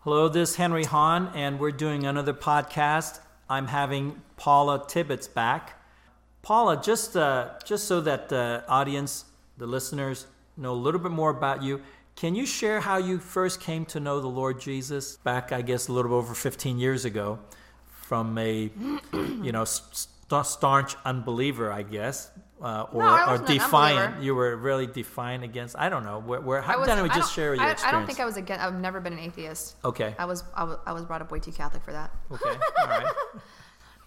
Hello, this is Henry Hahn, and we're doing another podcast. I'm having Paula Tibbetts back. Paula, just uh, just so that the audience, the listeners, know a little bit more about you, can you share how you first came to know the Lord Jesus back, I guess, a little over 15 years ago, from a you know st- staunch unbeliever, I guess, uh, or, I or wasn't an defiant? unbeliever. You were really defiant against. I don't know. Where, where how, I was, Dana, I just don't- share your I, experience. I don't think I was again. I've never been an atheist. Okay. I was, I was I was brought up way too Catholic for that. Okay. All right.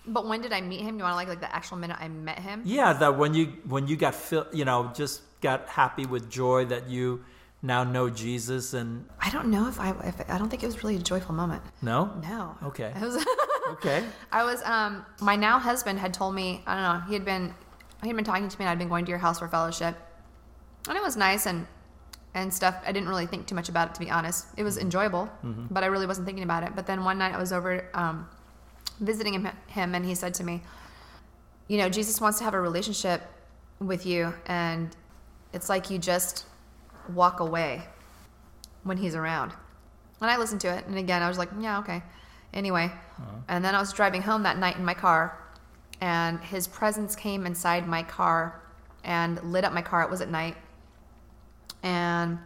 But when did I meet him? You want to like like the actual minute I met him? Yeah, that when you when you got fill, you know, just got happy with joy that you now know Jesus and I don't know if I if, I don't think it was really a joyful moment. no, No. Okay. It was okay, I was um my now husband had told me I don't know he had been he had been talking to me and I'd been going to your house for fellowship and it was nice and and stuff I didn't really think too much about it to be honest it was enjoyable but I really wasn't thinking about it but then one night I was over um, visiting him, him and he said to me you know Jesus wants to have a relationship with you and it's like you just walk away when he's around. And I listened to it, and again, I was like, yeah, okay. Anyway, and then I was driving home that night in my car, and his presence came inside my car and lit up my car. It was at night, and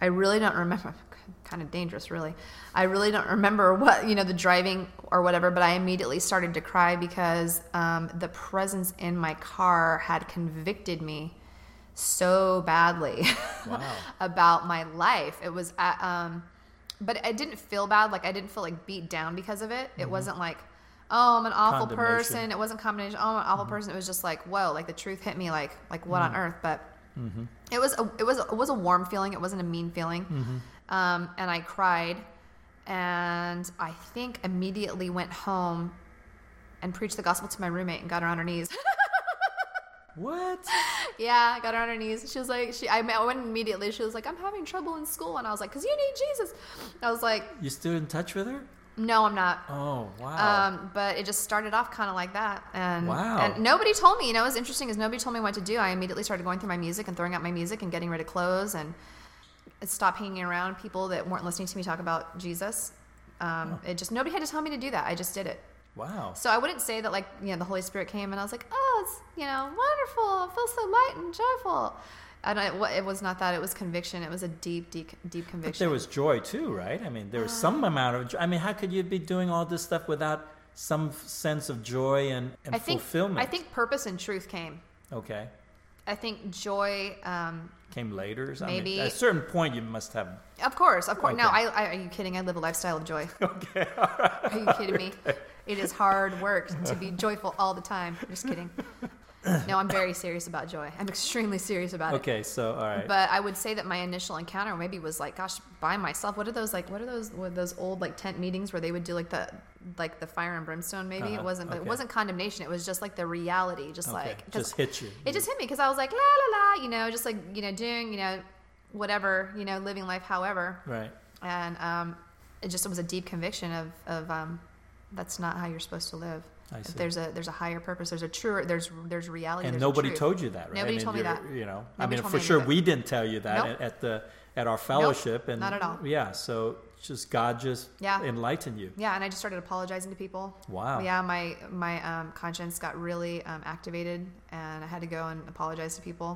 I really don't remember. Kind of dangerous, really. I really don't remember what you know the driving or whatever, but I immediately started to cry because um, the presence in my car had convicted me so badly Wow. about my life. It was, uh, um, but I didn't feel bad. Like I didn't feel like beat down because of it. It wasn't like, oh, I'm an awful Condemnation. person. It wasn't combination. Oh, I'm an awful person. It was just like, whoa, like the truth hit me. Like, like what on earth? But it was, a, it was, it was a warm feeling. It wasn't a mean feeling. Um, and I cried, and I think immediately went home and preached the gospel to my roommate and got her on her knees. what? Yeah, I got her on her knees. She was like, she. I, I went immediately. She was like, I'm having trouble in school, and I was like, cause you need Jesus. I was like, You still in touch with her? no, I'm not. Oh wow, Um, but it just started off kind of like that, and Wow. and nobody told me. You know, what's interesting is nobody told me what to do. I immediately started going through my music and throwing out my music and getting rid of clothes and stop hanging around people that weren't listening to me talk about Jesus. Um, It just nobody had to tell me to do that. I just did it. wow. So I wouldn't say that like you know the Holy Spirit came and I was like oh it's you know wonderful I feel so light and joyful. And I, wa- it was not that. It was conviction. It was a deep, deep, deep But there conviction. was joy too, right? I mean, there was Um, some amount of. joy. I mean, how could you be doing all this stuff without some f- sense of joy and, and I think. fulfillment? I think purpose and truth came. okay, I think joy. Um, came later. So, I mean, Maybe- at a certain point, you must have. of course, of course. No, Okay. I, I. Are you kidding? I live a lifestyle of joy. Okay. are you kidding me? It is hard work to be joyful all the time. I'm just kidding. No, I'm very serious about joy. I'm extremely serious about it. Okay, so all right. But I would say that my initial encounter maybe was like, gosh, by myself. What are those like? What are those? What those old like tent meetings where they would do like the like the fire and brimstone? Maybe Uh-huh. it wasn't, but Okay. it wasn't condemnation. It was just like the reality, just okay. like 'cause just hit you. it just hit me because I was like la la la, you know, just like you know doing you know whatever you know living life however, right. and um, it just was a deep conviction of of um, that's not how you're supposed to live. I That see. There's a there's a higher purpose. There's a truer. There's there's reality. and there's a nobody truth. told you that, right? Nobody I mean, told me you're- that. You know, Nobody I mean, told for me any sure, of it. we didn't tell you that Nope. at, at the at our fellowship, and not at all. Yeah, so just God just Yeah. enlightened you. Yeah, and I just started apologizing to people. Wow. Yeah, my my um, conscience got really um, activated, and I had to go and apologize to people.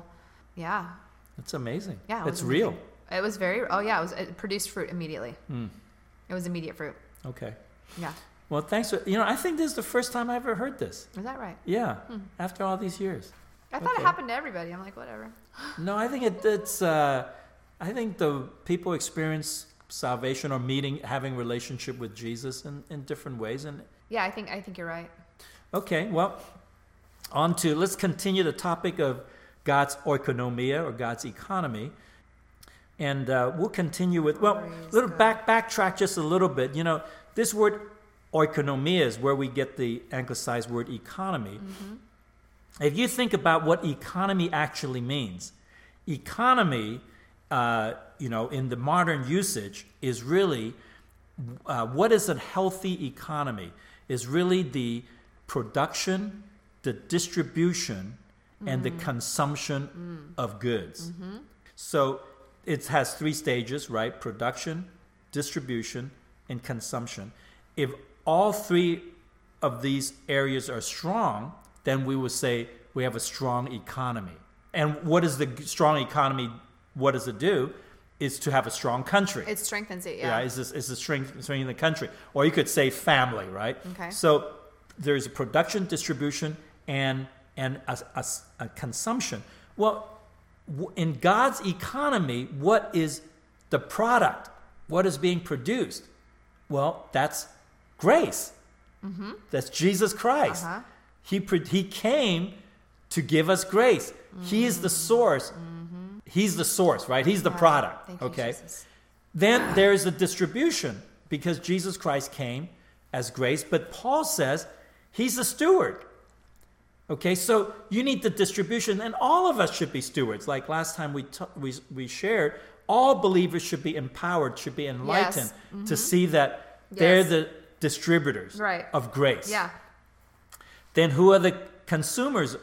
Yeah, It's amazing. yeah. it it's was real. Hmm, amazing. It was very. Oh yeah, it was. It produced fruit immediately. It was immediate fruit. Okay. Yeah. Well, thanks. For, you know, I think this is the first time I ever heard this. Is that right? Yeah, Hmm. after all these years. I thought Okay. it happened to everybody. I'm like, whatever. No, I think it, it's. Uh, I think the people experience salvation or meeting, having relationship with Jesus in, in different ways, and Yeah, I think I think you're right. Okay, well, on to let's continue the topic of God's oikonomia or God's economy, and uh, we'll continue with well, Praise little God. back backtrack just a little bit. You know, this word oikonomia is where we get the anglicized word economy. Mm-hmm. If you think about what economy actually means, economy, uh, you know, in the modern usage, is really uh, what is a healthy economy is really the production, the distribution, and the consumption of goods. So it has three stages, right? Production, distribution, and consumption. If all three of these areas are strong, then we would say we have a strong economy. And what is the g- strong economy? What does it do? Is to have a strong country. It strengthens it, yeah, yeah. is this is the strength strength of the country, or you could say family, right? Okay. So there's a production, distribution, and and a, a- a consumption. Well, w- in God's economy, what is the product? What is being produced? Well, that's grace. That's Jesus Christ. Mm-hmm. Uh-huh. He pre- he came to give us grace. He is the Mm. source. He's the source, right? He's the Right. product. Mm-hmm. Uh, Thank you, okay. Jesus. Then there is a distribution because Jesus Christ came as grace, but Paul says he's the steward. Okay, so you need the distribution, and all of us should be stewards. Like last time we, t- we, we shared, all believers should be empowered, should be enlightened to see that they're Mm-hmm. Yes. the distributors Right. of grace. Yeah. Then who are the consumers?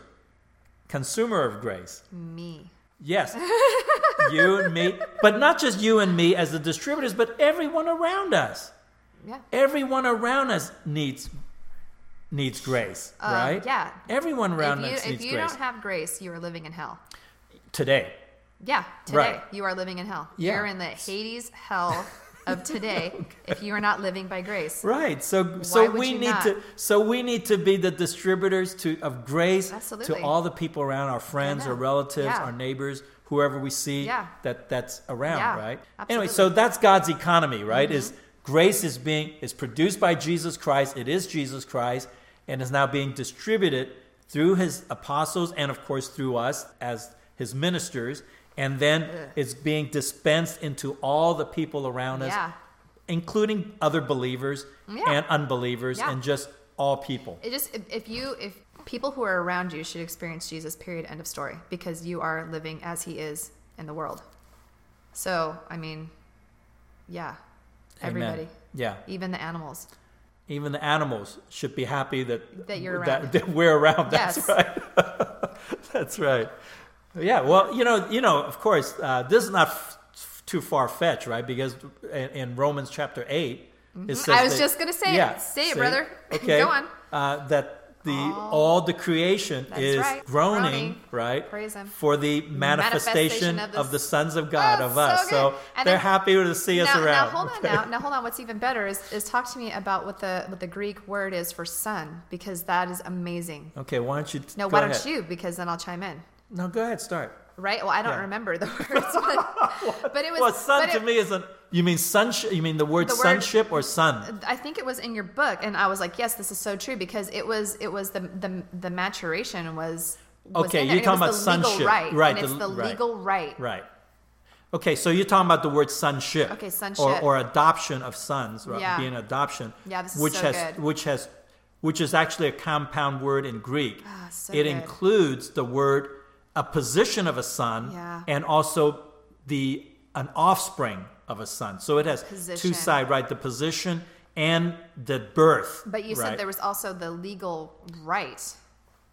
Consumer of grace. Me. Yes. you and me, but not just you and me as the distributors, but everyone around us. Yeah. Everyone around us needs needs grace, Um, right? yeah. Everyone If around you, us if needs you grace don't have grace, you are living in hell. today. Yeah, today Right. you are living in hell. Yeah. You're in the Hades hell of today if you are not living by grace. Right. So so would we you need not? to so we need to be the distributors to of grace Absolutely. to all the people around our friends, our Amen. relatives, Yeah. our neighbors, whoever we see Yeah. that that's around, Yeah, right? Anyway, absolutely. Mm-hmm. so that's God's economy, right? Is grace is being is produced by Jesus Christ. It is Jesus Christ and is now being distributed through his apostles and of course through us as his ministers and then it's being dispensed into all the people around us Yeah. including other believers Yeah. and unbelievers Yeah. and just all people. It just if, if you if people who are around you should experience Jesus period end of story because you are living as he is in the world. So, I mean, yeah. Amen. Everybody, Yeah. even the animals. Even the animals should be happy that That you're that, around. that we're around. That's Yes. right. That's right. Yeah. Well, you know, you know, of course, uh, this is not f- f- too far fetched, right? Because in, in Romans chapter 8 it says Mm-hmm. I was just gonna say it. yeah, Say it, see? brother. Okay. Go on. Uh, that the All- all the creation That's is right. groaning, Groaning. right? Praise him. For the manifestation, Manifestation of of, the the sons of God Oh, of us. so So, good. And they're then- happy to see us now, around. now hold on Okay. now now hold on what's even better is, is talk to me about what the what the greek word is for sun because that is amazing Okay, why don't you? t- no go why don't ahead. you because then i'll chime in No, go ahead. Start. right well i don't Yeah. remember the words but, but it was well, sun but to it- me isn't. You mean sunship? You mean the word The word- Uh, sunship or sun? I think it was in your book, and I was like, "Yes, this is so true," because it was it was the the, the maturation was, was Okay, in you're there, and talking it was about the sonship. legal right, Right, And it's the- the right. legal right. Right. Okay, so you're talking about the word sonship. Okay, Or, sonship. or adoption of sons, right? Yeah. Being adoption. Yeah, this is which so has good. which has which is actually a compound word in Greek. Ah, so it good. includes the word a position of a son Yeah. and also the an offspring of a son. So it has two Position. side, right? The position and the birth. But you right? said there was also the legal right.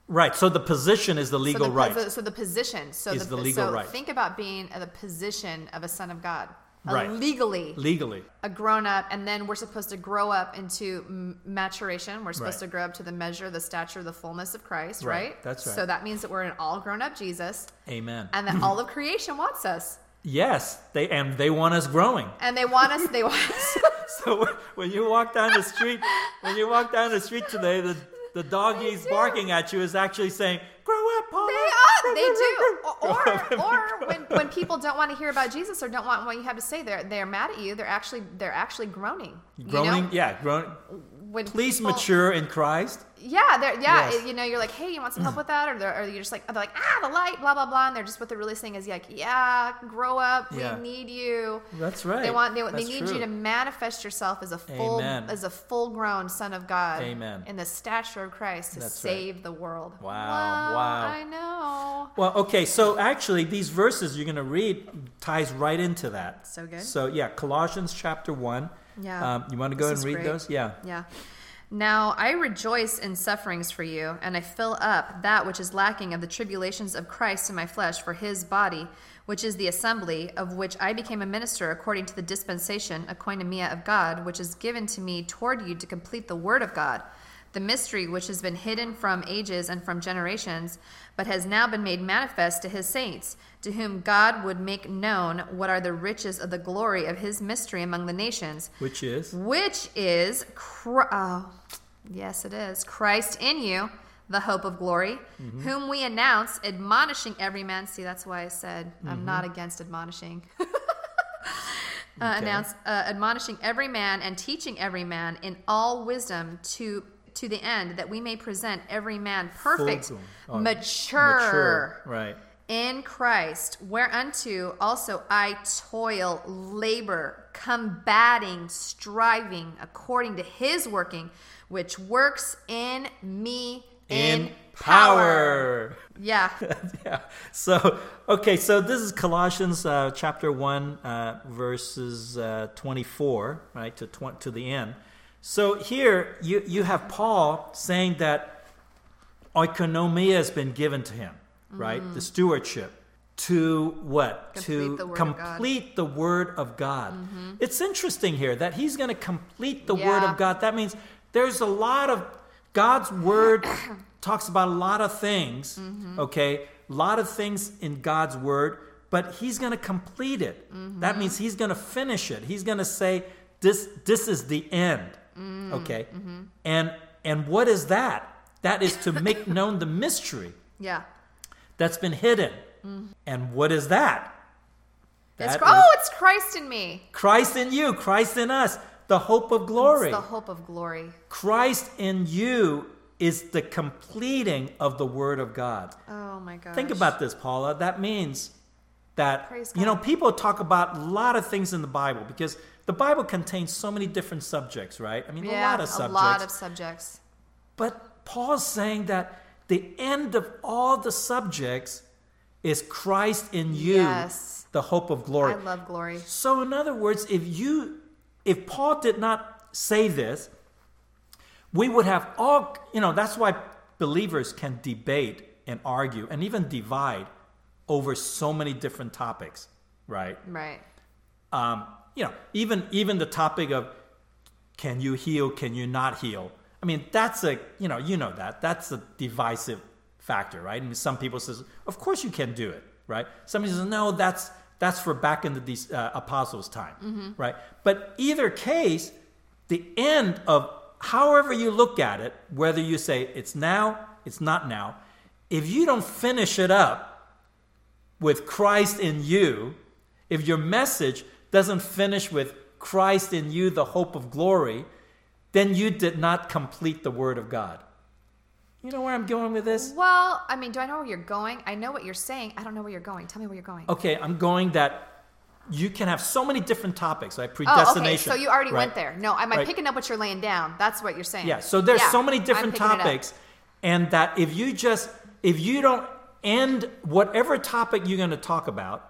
Right. So the position is the legal so the, right. So, so the position. So Is the, the legal so right. Think about being in the position of a son of God, a Right. legally legally. a grown up, and then we're supposed to grow up into m- maturation. We're supposed Right. to grow up to the measure, the stature, the fullness of Christ. Right. Right. That's right. So that means that we're an all grown up Jesus, Amen. and that all of creation wants us, yes, they and they want us growing. and they want us. They want us. So when you walk down the street, when you walk down the street today, the the dog he's do. barking at you is actually saying, "Grow up, Paula." They are. uh, They do. Or, or when, when people don't want to hear about Jesus or don't want what you have to say, they're they're mad at you. They're actually they're actually groaning. Growing, You know? yeah, growing. When Please people- mature in Christ. Yeah, they're, yeah. Yes. You know, you're like, hey, you want some help with that, or, they're, or you're just like, they're like, ah, the light, blah blah blah, and they're just what they're really saying is like, yeah, grow up. Yeah. We need you. That's right. They want they, they That's need true. you to manifest yourself as a full Amen. as a full grown son of God. Amen. In the stature of Christ to That's right. save the world. Wow, Wow. wow. I know. Well, okay, so actually, these verses you're going to read ties right into that. So good. So yeah, Colossians chapter one. Yeah. Um, you want to This go and is read great. those? Yeah. Yeah. Now I rejoice in sufferings for you, and I fill up that which is lacking of the tribulations of Christ in my flesh for his body, which is the assembly, of which I became a minister according to the dispensation, economia of God, which is given to me toward you to complete the word of God, the mystery which has been hidden from ages and from generations, but has now been made manifest to his saints, to whom God would make known what are the riches of the glory of his mystery among the nations Which is which is Chri- oh, yes it is christ in you the hope of glory Mm-hmm. whom we announce admonishing every man see that's why i said i'm not against admonishing uh, Mm-hmm. Okay. announce uh, admonishing every man and teaching every man in all wisdom to to the end that we may present every man perfect Full-grown. Oh, mature mature. Right. in Christ, whereunto also I toil, labor, combating, striving according to his working, which works in me in, Yeah. yeah. So okay. So this is Colossians uh, chapter one, uh, verses uh, twenty-four, right to tw- to the end. So here you you have Paul saying that oikonomia has been given to him, right? The stewardship to what to Mm-hmm. Complete the word of God. complete the word of God. It's interesting here that he's going to complete the word Yeah. of God. That means there's a lot of God's word talks about a lot of things, okay? A lot of things in God's word, but he's going to complete it. That means he's going to finish it. He's going to say this this is the end. Okay? And and what is that? That is to make known the mystery Yeah. that's been hidden. And what is that? It's, That oh, is it's Christ in me. Christ in you, Christ in us, the hope of glory. It's the hope of glory. Christ in you is the completing of the Word of God. Oh my God. Think about this, Paula. That means that, Praise you know, God. people talk about a lot of things in the Bible because the Bible contains so many different subjects, right? I mean, a yeah, lot of subjects. A lot of subjects. But Paul's saying that the end of all the subjects is Christ in you, Yes. the hope of glory. I love glory. So in other words, if you if Paul did not say this, we would have all you know, that's why believers can debate and argue and even divide over so many different topics, right? Right. um, you know, even even the topic of can you heal, can you not heal? I mean, that's a you know, you know that that's a divisive factor, right? I mean, some people says, of course you can do it, right? Somebody says, no, that's that's for back in the these, uh, apostles' time, right? But either case, the end of however you look at it, whether you say it's now, it's not now, if you don't finish it up, with Christ in you, if your message doesn't finish with Christ in you, the hope of glory, then you did not complete the word of God. You know where I'm going with this? Well, I mean, do I know where you're going? I know what you're saying. I don't know where you're going. Tell me where you're going. Okay, I'm going that you can have so many different topics, like Oh, okay. predestination. So you already right? went there. No, am I Right. picking up what you're laying down? That's what you're saying. Yeah, so there's Yeah, so many I'm different picking it up. topics, and that if you just if you don't end whatever topic you're going to talk about,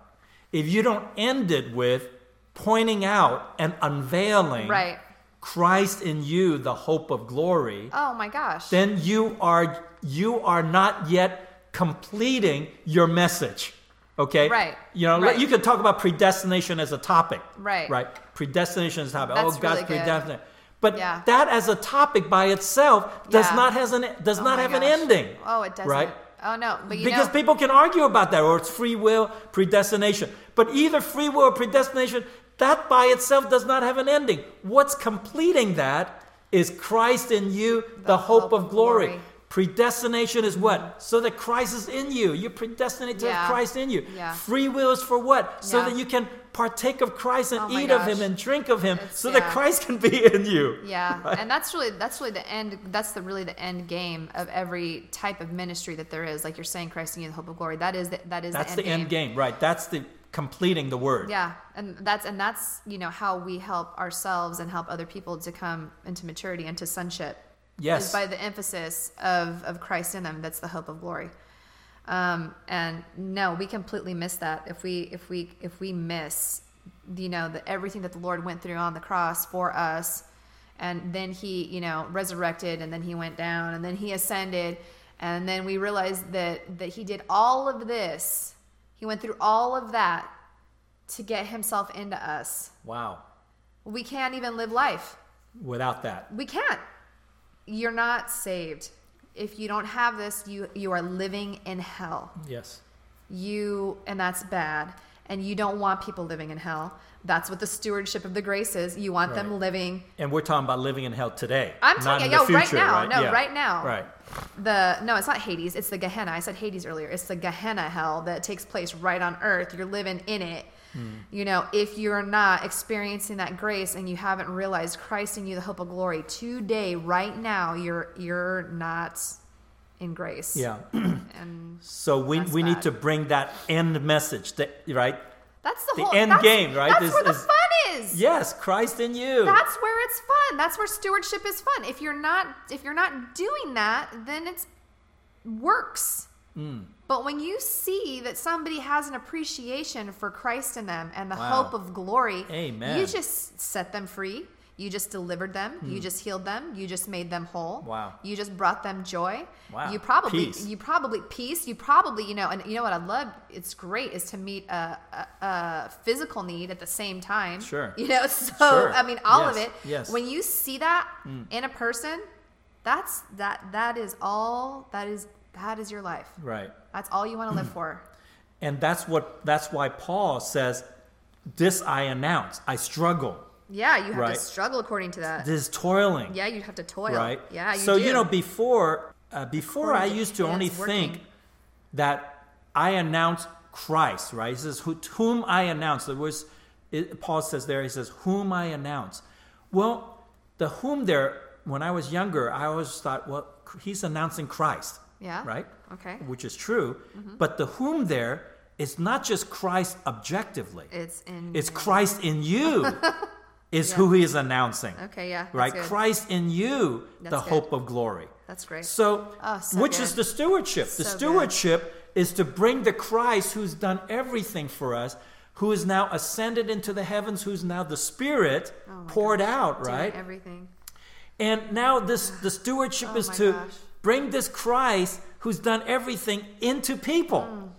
if you don't end it with pointing out and unveiling Right. Christ in you, the hope of glory, Oh my gosh. then you are you are not yet completing your message. Okay? Right, You know, right. you could talk about predestination as a topic. Right. Right. Predestination is a topic. That's oh, God's really good. predestined. But Yeah. that as a topic by itself does Yeah. not has an does Oh not my have an gosh. ending. Oh, it doesn't. Right? Oh no, but you because know, people can argue about that, or it's free will, predestination. But either free will or predestination, that by itself does not have an ending. What's completing that is Christ in you, the, hope, of glory. glory. Predestination is what? So that Christ is in you. You're predestinated to Yeah. have Christ in you. Yeah. Free will is for what? So Yeah. that you can partake of Christ and Oh my eat of gosh. Him and drink of Him, It's- so yeah. that Christ can be in you. yeah, Right? and that's really that's really the end. That's the really the end game of every type of ministry that there is. Like you're saying, Christ in you, the hope of glory. That is the, that is That's the the end game, right? That's the completing the word. Yeah, and that's and that's you know how we help ourselves and help other people to come into maturity and to sonship. Yes. is by the emphasis of of Christ in them. That's the hope of glory. Um, and no, we completely miss that if we if we if we miss you know the everything that the Lord went through on the cross for us and then he you know resurrected and then he went down and then he ascended and then we realized that that he did all of this he went through all of that to get himself into us Wow. we can't even live life Without that. we can't you're not saved if you don't have this you you are living in hell Yes. you and that's bad and you don't want people living in hell that's what the stewardship of the grace is you want them Right. living And we're talking about living in hell today. I'm not talking- in yeah, the right future, now. Right? No, Yeah. right now. Right. the no it's not hades it's the gehenna i said hades earlier it's the gehenna hell that takes place right on earth you're living in it Hmm. you know if you're not experiencing that grace and you haven't realized christ in you the hope of glory today right now you're you're not in grace Yeah. and So we, That's we need bad. to bring that end message, that, right? that's the, The whole end that's- game, right, that's is- where the is- fun is Yes, Christ in you. that's where it's fun that's where stewardship is fun if you're not if you're not doing that then it's works Mm. but when you see that somebody has an appreciation for christ in them and the Wow. hope of glory Amen. Hmm. you just set them free you just delivered them you just healed them you just made them whole Wow. you just brought them joy Wow. you probably Peace. you probably peace you probably you know and you know what i love it's great is to meet a, a, a physical need at the same time Sure. you know so Sure. I mean, all of Yes, it. yes. Mm. When you see that in a person, that's that that is all that is that is your life. right. That's all you want to live for. And that's what that's why Paul says, This I announce. I struggle. Yeah, you have Right. to struggle according to that. This toiling. yeah, you have to toil. Right? Yeah, you so do. you know, before uh, before I According to used to his only think working. that I announce Christ, right? He says, "Who- to whom I announce. There was it, Paul says there. He says, whom I announce. Well, the whom there. When I was younger, I always thought, well, he's announcing Christ, Yeah. right? Okay. Mm-hmm. which is true. But the whom there is not just Christ objectively. It's in. It's Christ in you is who he is announcing. Okay. Yeah. that's Right? good. Christ in you, the That's good. hope of glory. That's great. So, Oh, so which good. is the stewardship? The So good. stewardship is to bring the Christ who's done everything for us, who is now ascended into the heavens, who's now the Spirit Oh my poured out, Doing right? Everything. And now this the stewardship Oh is my to gosh. bring this Christ who's done everything into people. Mm.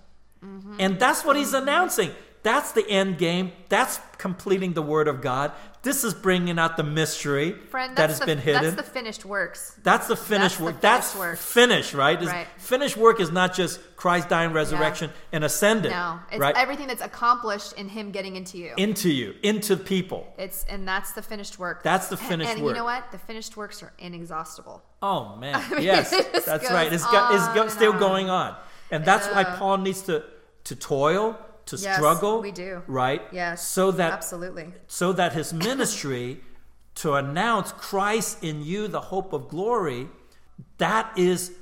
Mm-hmm. And that's what he's announcing. That's the end game. That's completing the word of God. This is bringing out the mystery Friend, that that's has the, been hidden. That's the finished works. That's the That's finished the work. finished that's work. finished, right? Is- Right. Finished work is not just Christ dying, resurrection, and ascended. No, it's right? everything that's accomplished in Him getting into you. into you, into people. It's and that's the finished work. That's the And- finished and work. you know what? The finished works are inexhaustible. Oh man, mean, yes, it just that's goes right. It's, go, it's go, on and still on. going on, and that's why Yeah. Paul needs to to toil, to Yes, struggle. we do. right? Yes. So that absolutely. so that his ministry to announce Christ in you, the hope of glory, that is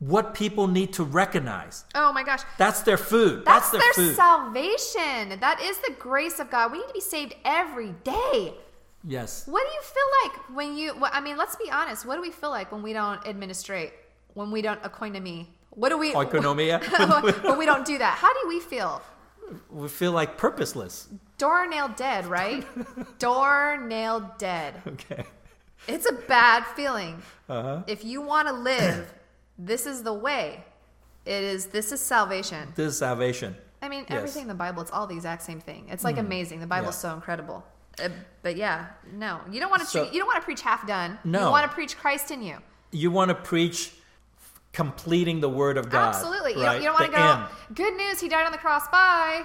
what people need to recognize. Oh my gosh. That's their food. That's, That's, their food. salvation. That is the grace of God. We need to be saved every day. yes. What do you feel like when you well, I mean, let's be honest. What do we feel like when we don't administrate? When we don't oikonomia? What do we Oikonomia? when we don't do that? How do we feel? We feel like purposeless. Door nailed dead, right? Door nailed dead. Okay. It's a bad feeling. Uh-huh. If you want to live, this is the way. It is. This is salvation. This is salvation. I mean, Yes. Mm-hmm. everything in the Bible. It's all the exact same thing. It's like amazing. The Bible's Yeah. so incredible. Uh, but yeah, no, you don't want to. So- you don't want to preach half done. you No. want to preach Christ in you. You want to preach completing the word of God. Absolutely. You right? don't, you don't want to The go. end. Good news. He died on the cross. Bye.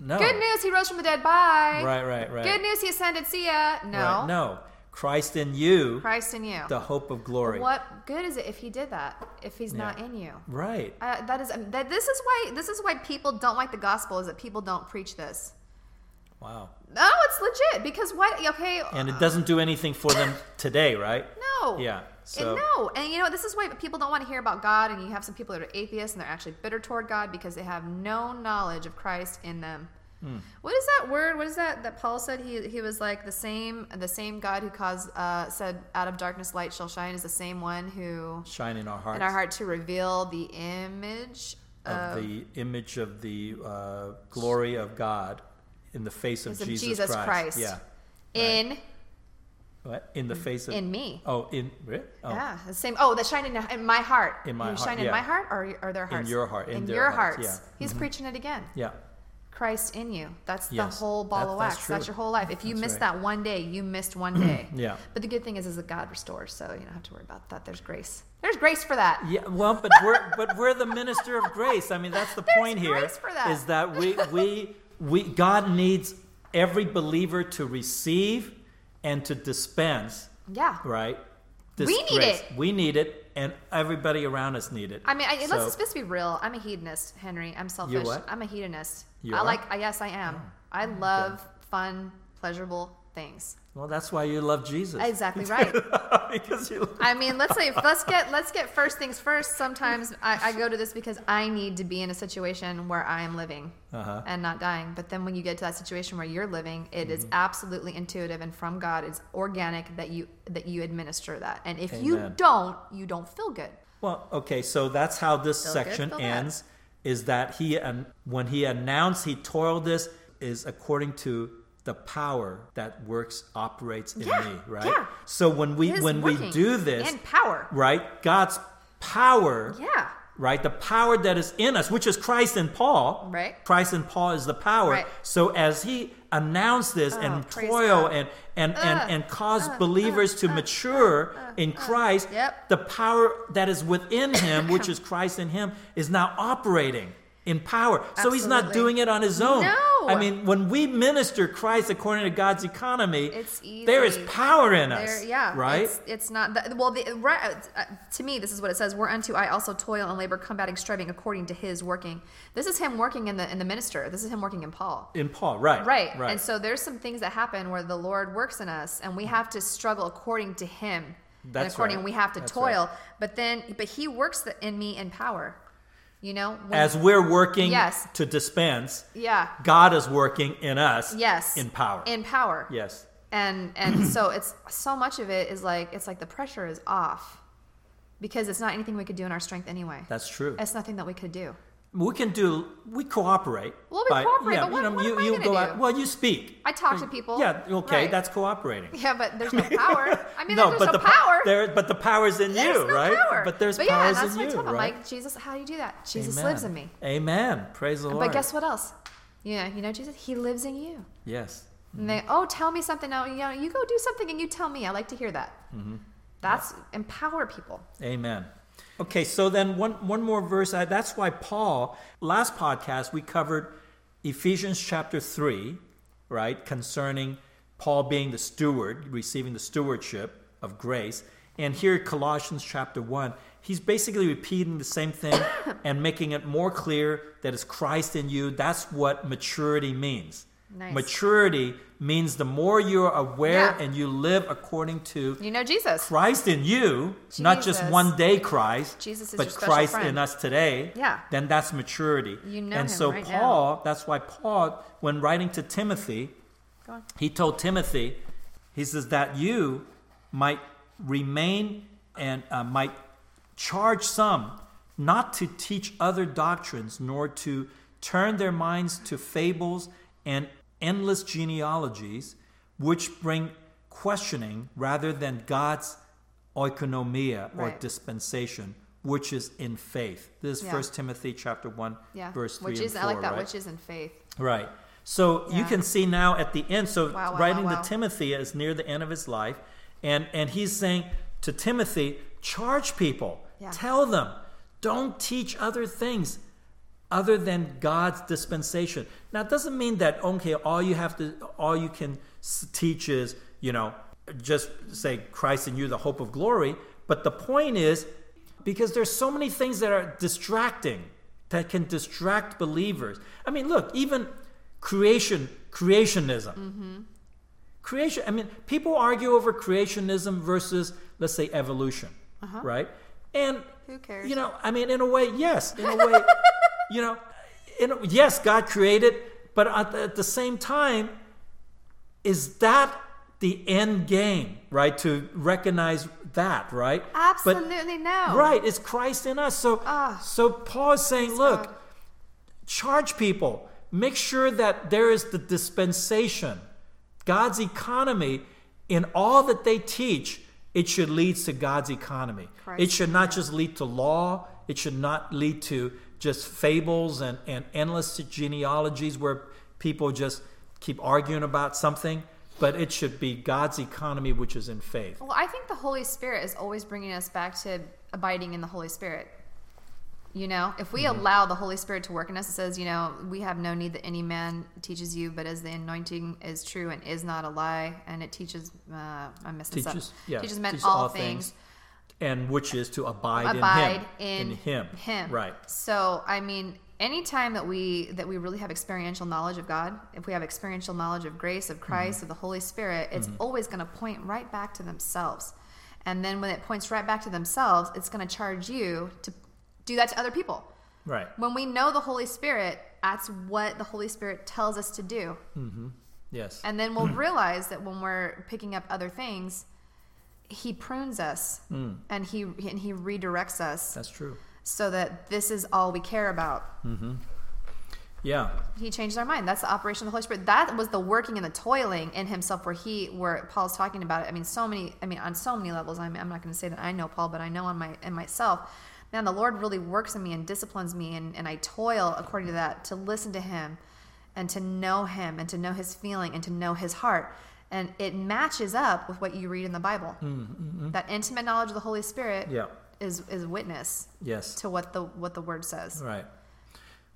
No. Good news. He rose from the dead. Bye. Right, right, right. Good news. He ascended. See ya. No. Right, no. Christ in you, Christ in you. the hope of glory. What good is it if he did that? If he's not Yeah. in you. Right. Uh, that is um, that. This is why. This is why people don't like the gospel. Is that people don't preach this? Wow. No, it's legit. Because what? Okay. uh, And it doesn't do anything for them today, right? No. Yeah, And so- no. And you know this is why people don't want to hear about God. And you have some people that are atheists and they're actually bitter toward God because they have no knowledge of Christ in them. Hmm. What is that word? What is that that Paul said? He he was like the same the same God who caused uh, said out of darkness light shall shine is the same one who Shine in our hearts. in our Oh. heart to reveal the image Of the image of the uh, glory of God in the face of Is of Jesus, Jesus Christ. Yeah. in What? In the face of. in me. oh, in. really? Oh. Yeah, the same. Oh, the shine in, in my heart. In my you heart, shine in yeah. my heart, or or their hearts. your heart, in their your hearts, hearts. yeah. Mm-hmm. He's preaching it again. Yeah. Christ in you. That's the Yes, whole ball that- of that's wax. That's, true. your whole life. If you That's miss right. that one day, you missed one day. Yeah. But the good thing is, is that God restores, so you don't have to worry about that. There's grace. There's grace for that. Yeah, well, but we're but we're the minister of grace. I mean, that's the There's point here. Is grace for that. that we we we God needs every believer to receive and to dispense, Yeah. right? We need it. We need it, and everybody around us need it. I mean, I, let's So- just let's be real. I'm a hedonist, Henry. I'm selfish. what? I'm a hedonist. You I are? Oh, like. I, yes, I am. I love fun, pleasurable things. well, that's why you love Jesus. Exactly right. because you love I mean, let's say let's get let's get first things first. Sometimes I, I go to this because I need to be in a situation where I am living Uh-huh. and not dying. But then when you get to that situation where you're living, it is Mm-hmm. absolutely intuitive and from God. It's organic that you that you administer that. And if you Amen. don't, you don't feel good. Well, okay, so that's how this Feel good, section feel bad. ends. Is that he and when he announced he toiled this is according to the power that works operates in Yeah, me, right? yeah. So when we His when we working do this, and power, right? God's power, yeah, right? The power that is in us, which is Christ and Paul, Right. Christ and Paul is the power. Right. Oh, So as he announced this and praise toil God. and and and, Uh, and caused uh, believers to mature in Christ, Yep. the power that is within him, which is Christ in him, is now operating in power. So he's not Absolutely. doing it on his own. No. I mean, when we minister Christ according to God's economy, It's there is easy. power in us. There, yeah, Right? It's, it's not the, well. The, right, uh, to me, this is what it says: "Whereunto I also toil and labor, combating, striving, according to His working." This is Him working in the in the minister. This is Him working in Paul. in Paul, right. Right. Right. And so there's some things that happen where the Lord works in us, and we have to struggle according to Him. and That's according, right. we have to That's toil. But then, but He works the, in me in power. You know, when- as we're working Mm. Yes. to dispense, yeah, God is working in us. yes, In power. in power. yes. and and so it's so much of it is like it's like the pressure is off because it's not anything we could do in our strength anyway That's true. it's nothing that we could do We can do. We cooperate. Well, we by- cooperate, yeah, but what- you know, what you, am I you gonna go do? out. Well, you speak. i talk to people Yeah. Okay. Right. That's cooperating. yeah but there's no power i mean there's but no the power There, but the power's in there's you, no right? power. But there's but yeah, powers and that's in what I you, tell them. right? like jesus how do you do that jesus Amen. lives in me Amen. Praise the Lord. but guess what else yeah you know jesus he lives in you Yes. and they oh tell me something now you know you go do something and you tell me i like to hear that Mm-hmm. that's empower people Amen. Okay, so then one one more verse. I, that's why Paul. Last podcast we covered Ephesians chapter three, right, concerning Paul being the steward, receiving the stewardship of grace, and here Colossians chapter one. He's basically repeating the same thing and making it more clear that it's Christ in you. That's what maturity means. Nice. Maturity means the more you're aware Yeah. and you live according to you know jesus Christ in you, not just Jesus. one day Christ, Jesus is but your special Christ friend. in us today. Yeah. Then that's maturity. You know and him so right now. Paul, that's why Paul, when writing to Timothy, Go on. he told Timothy, he says that you might remain and uh, might charge some not to teach other doctrines, nor to turn their minds to fables and endless genealogies, which bring questioning rather than God's oikonomia or Right. dispensation, which is in faith. This is Yeah. First Timothy chapter one, yeah verse three which and is four. i like that right? which is in faith Right. So you Yeah. can see now at the end, so Wow, wow, writing wow, to wow. Timothy is near the end of his life, and, and he's saying to Timothy, charge people, Yeah. tell them, don't teach other things other than God's dispensation. Now it doesn't mean that okay, all you have to, all you can s- teach is you know just say Christ in you, the hope of glory. But the point is because there's so many things that are distracting that can distract believers. I mean, look, even creation, creationism. Creation. I mean, people argue over creationism versus let's say evolution, right? And Uh-huh. Who cares? You know, I mean, in a way, yes. In a way, you know, in a, yes, God created, but at the, at the same time, is that the end game, right? To recognize that, right? But Absolutely no. Right, it's Christ in us. So Ah. so Paul is saying, look, God. charge people. Make sure that there is the dispensation, God's economy, in all that they teach, it should lead to God's economy. Correct. It should not just lead to law, it should not lead to just fables and, and endless genealogies where people just keep arguing about something, but it should be God's economy, which is in faith. Well, I think the Holy Spirit is always bringing us back to abiding in the Holy Spirit. You know, if Mm-hmm. we allow the Holy Spirit to work in us, it says, you know, we have no need that any man teaches you, but as the anointing is true and is not a lie, and it teaches, uh, I'm missing Teaches- up. yeah, teaches men teaches all, all things, things. and which is to abide, abide in him. in, him. Right. So, I mean, anytime that we that we really have experiential knowledge of God, if we have experiential knowledge of grace Mm-hmm. of Christ of the Holy Spirit, it's always going to point right back to themselves. And then when it points right back to themselves, it's going to charge you to do that to other people. Right. When we know the Holy Spirit, that's what the Holy Spirit tells us to do. Yes. And then Mm. we'll realize that when we're picking up other things, he prunes us Mm. and he and he redirects us That's true. so that this is all we care about. Yeah. He changed our mind. That's the operation of the Holy Spirit. That was the working and the toiling in himself where he where Paul's talking about it. I mean, so many I mean on so many levels. I'm, I'm not gonna say that I know Paul, but I know on my in myself. Man, the Lord really works in me and disciplines me and, and I toil according to that to listen to him and to know him and to know his feeling and to know his heart. And it matches up with what you read in the Bible. That intimate knowledge of the Holy Spirit Yeah. is is witness Yes. to what the what the word says. Right.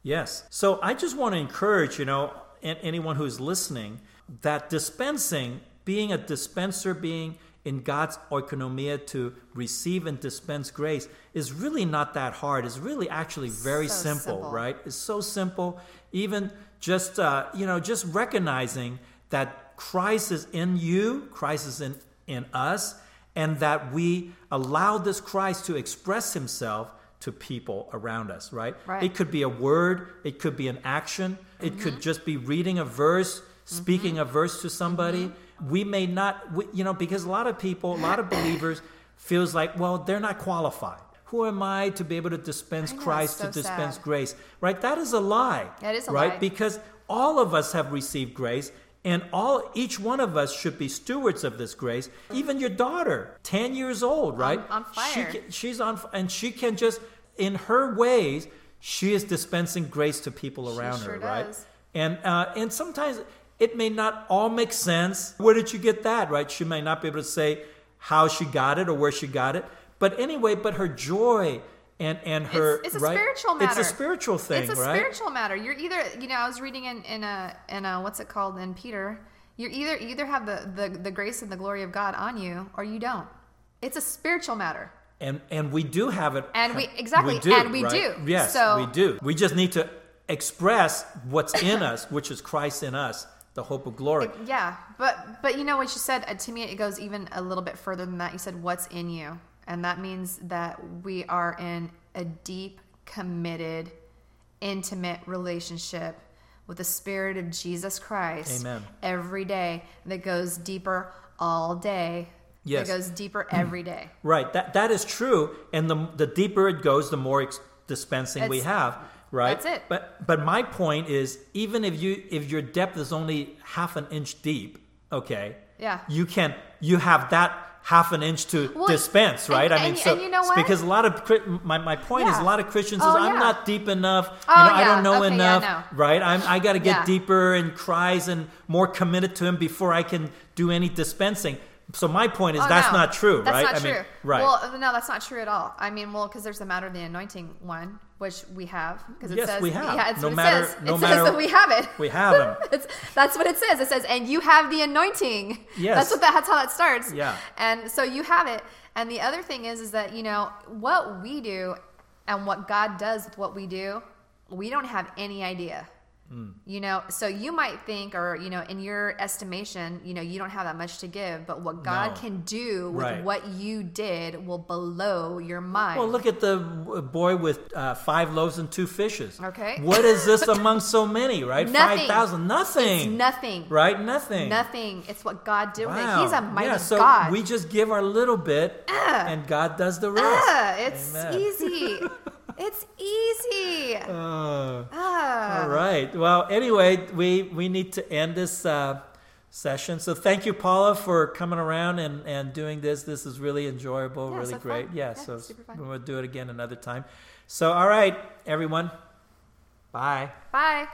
Yes. So I just want to encourage, you know, an anyone who's listening that dispensing, being a dispenser, being in God's oikonomia to receive and dispense grace is really not that hard. It's really actually very So simple, simple. right? It's so simple. Even just, uh, you know, just recognizing that Christ is in you, Christ is in, in us, and that we allow this Christ to express himself to people around us, right? Right. It could be a word, it could be an action, it could Mm-hmm. just be reading a verse, speaking a verse to somebody. Mm-hmm. We may not, we, you know, because a lot of people, a lot of believers feels like, well, they're not qualified. Who am I to be able to dispense I know, it's Christ, so to dispense sad. grace? Right? That is a lie. That is a right? lie. Because all of us have received grace and all each one of us should be stewards of this grace. Even your daughter, 10 years old, right? on She fire. can, she's on f- and she can just in her ways she is dispensing grace to people around sure her right does. and uh, and sometimes it may not all make sense where did you get that right she may not be able to say how she got it or where she got it but anyway but her joy and and her It's- it's a right? spiritual it's matter. a spiritual thing It's a right spiritual matter. You're either, you know, I was reading in in a in a what's it called in Peter. You either you either have the the the grace and the glory of God on you, or you don't. It's a spiritual matter. and and we do have it And we- exactly, do, and we right? do. yes So- we do we just need to express what's in us which is christ in us the hope of glory Yeah, but but you know what you said uh, to me, it goes even a little bit further than that. You said what's in you, and that means that we are in a deep, committed, intimate relationship with the Spirit of Jesus Christ. Amen. Every day that goes deeper all day. Yes. That goes deeper every day. Right. That that is true. And the the deeper it goes, the more ex- dispensing we It's- have. Right. that's it. But but my point is, even if you if your depth is only half an inch deep, okay. Yeah. You can you have that half an inch to Well, dispense, right? and- I mean, and- so and you know it's what? because a lot of Chri- my my point is Yeah. a lot of Christians Oh, is I'm yeah. not deep enough. Oh, you know, I yeah. don't know Okay, yeah, enough, no. right? I'm I got to get Yeah. deeper in Christ and more committed to Him before I can do any dispensing. So my point is Oh, that's no. not true, That's right? not I true. mean, right. Well, uh, no, that's not true at all. I mean, well, because there's the matter of the anointing one, which we have. Because it Yes, says, we have. Yeah, it's No what matter- it says. no it matter- says that we have it. We have him. It's, that's what it says. It says, and you have the anointing. Yes. That's what that, that's how that starts. Yeah. And so you have it. And the other thing is, is that you know what we do, and what God does with what we do, we don't have any idea. Mm. You know, so you might think, or you know, in your estimation, you know, you don't have that much to give, but what God No. can do with Right. what you did will blow your mind. Well, look at the w- boy with uh, five loaves and two fishes. Okay. What is this among so many, right? Nothing. 5,000. Nothing. it's nothing, Right? Nothing. nothing. It's what God did with Wow. it. He's a mighty yeah, so God. Uh. we just give our little bit and God does the rest. Ah, it's Amen. easy. it's easy. Uh, Ah. all right. Well, anyway, we, we need to end this uh, session. So thank you, Paula, for coming around and, and doing this. This is really enjoyable, Yeah, really so great. fun. Yeah, Yeah, so super fun. we'll do it again another time. So, all right, everyone. Bye. Bye.